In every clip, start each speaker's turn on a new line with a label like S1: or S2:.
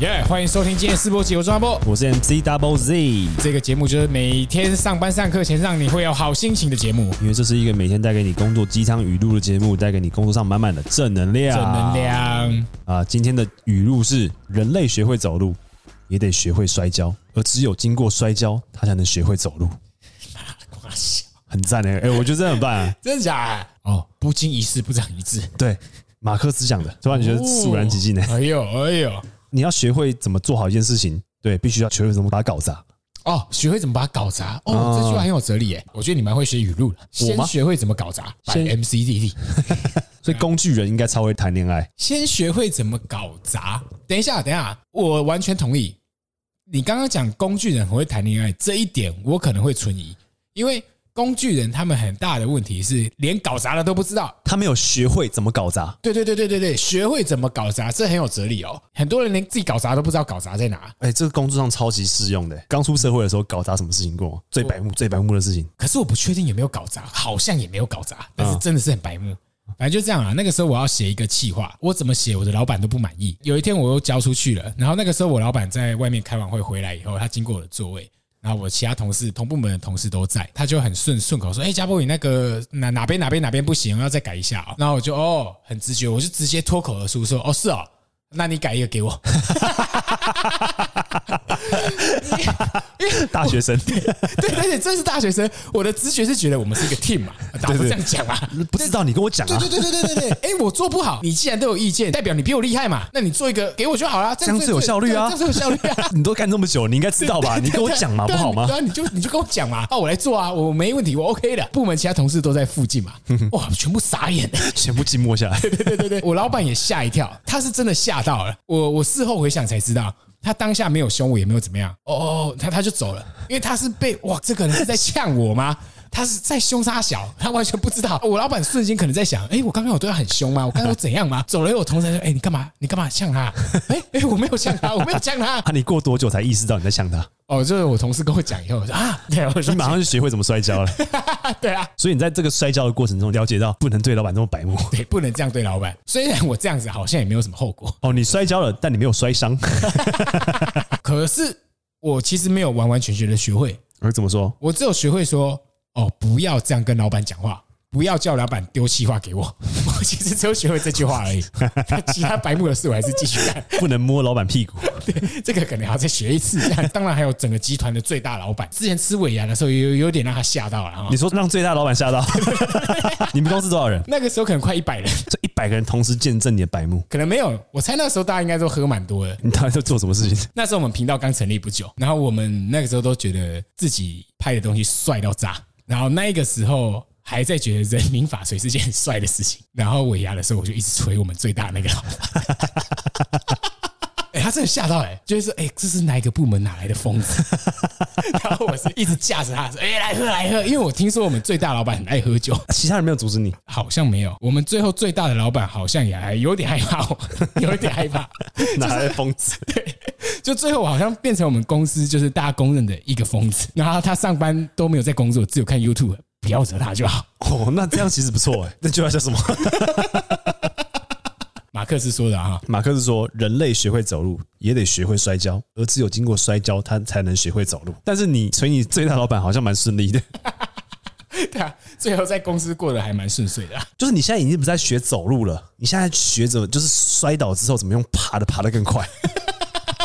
S1: 耶、欢迎收听今天的试播集，我是阿波。
S2: 我是 MC Double Z，
S1: 这个节目就是每天上班上课前让你会有好心情的节目，
S2: 因为这是一个每天带给你工作鸡汤语录的节目，带给你工作上满满的正能量。
S1: 正能量。
S2: 啊！今天的语录是：人类学会走路，也得学会摔跤，而只有经过摔跤，他才能学会走路。
S1: 哇塞
S2: 很赞哎、欸，哎、我觉得这很棒啊！
S1: 真的假的？哦，不经一事不长一智。
S2: 对，马克思讲的，突然觉得肃然起敬欸呢、
S1: 哎呦，哎呦，
S2: 你要学会怎么做好一件事情，对，必须要学会怎么把它搞砸。
S1: 哦，学会怎么把它搞砸。哦，这句话很有哲理耶。我觉得你蛮会学语录了。
S2: 啊我
S1: 先
S2: 吗
S1: 学会怎么搞砸，摆
S2: 先
S1: MCDD。
S2: 所以工具人应该超会谈恋爱，
S1: 先学会怎么搞砸。等一下，等一下，我完全同意。你刚刚讲工具人很会谈恋爱这一点，我可能会存疑，因为工具人他们很大的问题是连搞砸了都不知道。
S2: 他没有学会怎么搞砸。
S1: 对对对对对对，学会怎么搞砸，这很有哲理哦。很多人连自己搞砸都不知道搞砸在哪。
S2: 哎、这个工作上超级适用的、欸刚出社会的时候，搞砸什么事情过吗？最白目、最白目的事情，
S1: 可是我不确定有没有搞砸，好像也没有搞砸，但是真的是很白目。反正就这样啊。那个时候我要写一个企划，我怎么写我的老板都不满意。有一天我又交出去了，然后那个时候我老板在外面开完会回来以后，他经过我的座位。然后我其他同事、同部门的同事都在，他就很顺顺口说：“哎、嘉波，你那个哪哪边哪边哪边不行，要再改一下啊、然后我就哦，很直觉，我就直接脱口而出说：“哦，是哦，那你改一个给我。”
S2: 大学生
S1: 对对对，真是大学生。我的直觉是觉得我们是一个 team 嘛，打不这样讲啊嘛。
S2: 不知道你跟我讲
S1: 对
S2: 啊，
S1: 对对对对对对，哎，我做不好，你既然都有意见，代表你比我厉害嘛，那你做一个给我就好啦，这
S2: 这样最有效率啊。
S1: 这样最有效率啊
S2: 你都干这么久，你应该知道吧？你跟我讲嘛，不
S1: 对啊
S2: 好吗
S1: 对？啊，你就你就跟我讲嘛，啊，我来做啊，我没问题，我 OK 的。部门其他同事都在附近嘛，哇，全部傻眼。
S2: 全部静默下来，
S1: 对对对， 我老板也吓一跳，他是真的吓到了。我我事后回想才知道，他当下没有凶我，也没有怎么样。哦哦，哦他他就走了，因为他是被哇，这个人是在呛我吗？他是在凶杀小，他完全不知道。我老板瞬间可能在想，哎、我刚刚有对他很凶吗？我刚刚有怎样 吗？走了以后，我同事说，哎、你干嘛？你干嘛呛他？哎、哎、我没有呛他，我没有呛他。
S2: 啊！你过多久才意识到你在呛他？
S1: 哦，就是我同事跟我讲以后，我说啊，对，我说
S2: 你马上就学会怎么摔跤了。
S1: 对啊，
S2: 所以你在这个摔跤的过程中，了解到不能对老板这么白目。
S1: 对，不能这样对老板。虽然我这样子好像也没有什么后果，
S2: 哦，你摔跤了，但你没有摔伤。
S1: 可是我其实没有完完全全的学会。
S2: 而哎怎么说？
S1: 我只有学会说哦，不要这样跟老板讲话，不要叫老板丢气话给我。 我其实只有学会这句话而已，其他白目的事我还是继续干。
S2: 不能摸老板屁股。
S1: 这个可能还要再学一次。当然还有整个集团的最大老板，之前吃尾牙的时候有有点让他吓到了哈
S2: 你。说让最大老板 吓到？你们公司多少人？
S1: 那个时候可能快一百人，
S2: 这一百个人同时见证你的白目，
S1: 可能没有。我猜那时候大家应该都喝蛮多的。
S2: 你到底在做什么事情？
S1: 那时候我们频道刚成立不久，然后我们那个时候都觉得自己拍的东西帅到炸，然后那个时候还在觉得人民法锤是件很帅的事情，然后尾牙的时候我就一直吹我们最大那个老板。哎、他真的吓到哎、就是说哎、这是哪一个部门哪来的疯子？然后我是一直架着他说，哎、来喝来喝，因为我听说我们最大老板很爱喝酒，
S2: 啊其他人没有阻止你，
S1: 好像没有，我们最后最大的老板好像也还有点害怕我，有一点害怕，
S2: 哪来的疯子？
S1: 就最后好像变成我们公司就是大家公认的一个疯子，然后他上班都没有在工作，只有看 YouTube，不要惹他就好。
S2: 哦，那这样其实不错 哎。那句话叫什么？
S1: 马克思说的啊，
S2: 马克思说，人类学会走路，也得学会摔跤，而只有经过摔跤，他才能学会走路。但是你所以你最大老板好像蛮顺利的，
S1: 对啊，最后在公司过得还蛮顺遂的、啊。
S2: 就是你现在已经不再学走路了，你现在学着就是摔倒之后怎么用爬的爬得更快，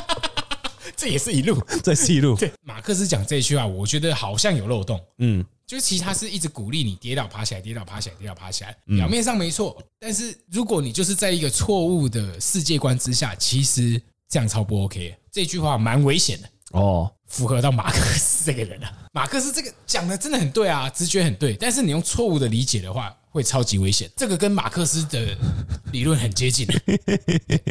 S1: 这也是一路。
S2: 这是一路。
S1: 对，马克思讲这句话，我觉得好像有漏洞。嗯，就是其实他是一直鼓励你跌倒爬起来，跌倒爬起来，跌倒爬起来。表面上没错，但是如果你就是在一个错误的世界观之下，其实这样超不 OK 的。这句话蛮危险的。
S2: 哦，
S1: 符合到马克思这个人啊。马克思这个讲的真的很对啊，直觉很对，但是你用错误的理解的话，会超级危险。这个跟马克思的理论很接近，啊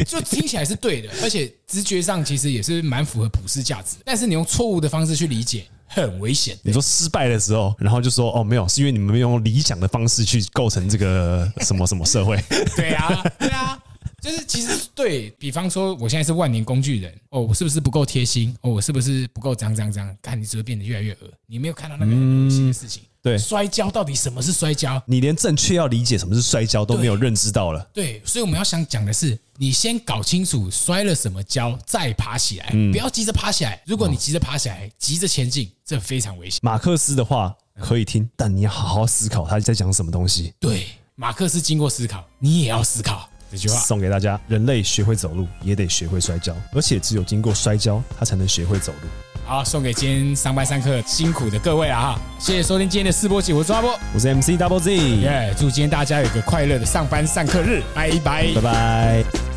S1: 就听起来是对的，而且直觉上其实也是蛮符合普世价值的。但是你用错误的方式去理解，很危险。
S2: 你说失败的时候，然后就说哦没有，是因为你们没有用理想的方式去构成这个什么什么社 会。
S1: 对啊，对啊。就是其实对比方说，我现在是万年工具人哦，我是不是不够贴心？哦，我是不是不够脏脏脏？看你只会变得越来越恶，你没有看到那个很恶心的事情。
S2: 对
S1: 摔跤到底什么是摔跤？
S2: 你连正确要理解什么是摔跤都没有认知到了。
S1: 对，所以我们要想讲的是，你先搞清楚摔了什么跤，再爬起来，不要急着爬起来。如果你急着爬起来，急着前进，这非常危险。
S2: 马克思的话可以听，但你要好好思考他在讲什么东西。
S1: 对，马克思经过思考，你也要思考这句话。
S2: 送给大家：人类学会走路，也得学会摔跤，而且只有经过摔跤，他才能学会走路。
S1: 好，送给今天上班上课辛苦的各位啊！哈，谢谢收听今天的试播集，我是阿波，
S2: 我是 MC Double Z，
S1: 耶、祝今天大家有个快乐的上班上课日，拜拜
S2: 拜拜。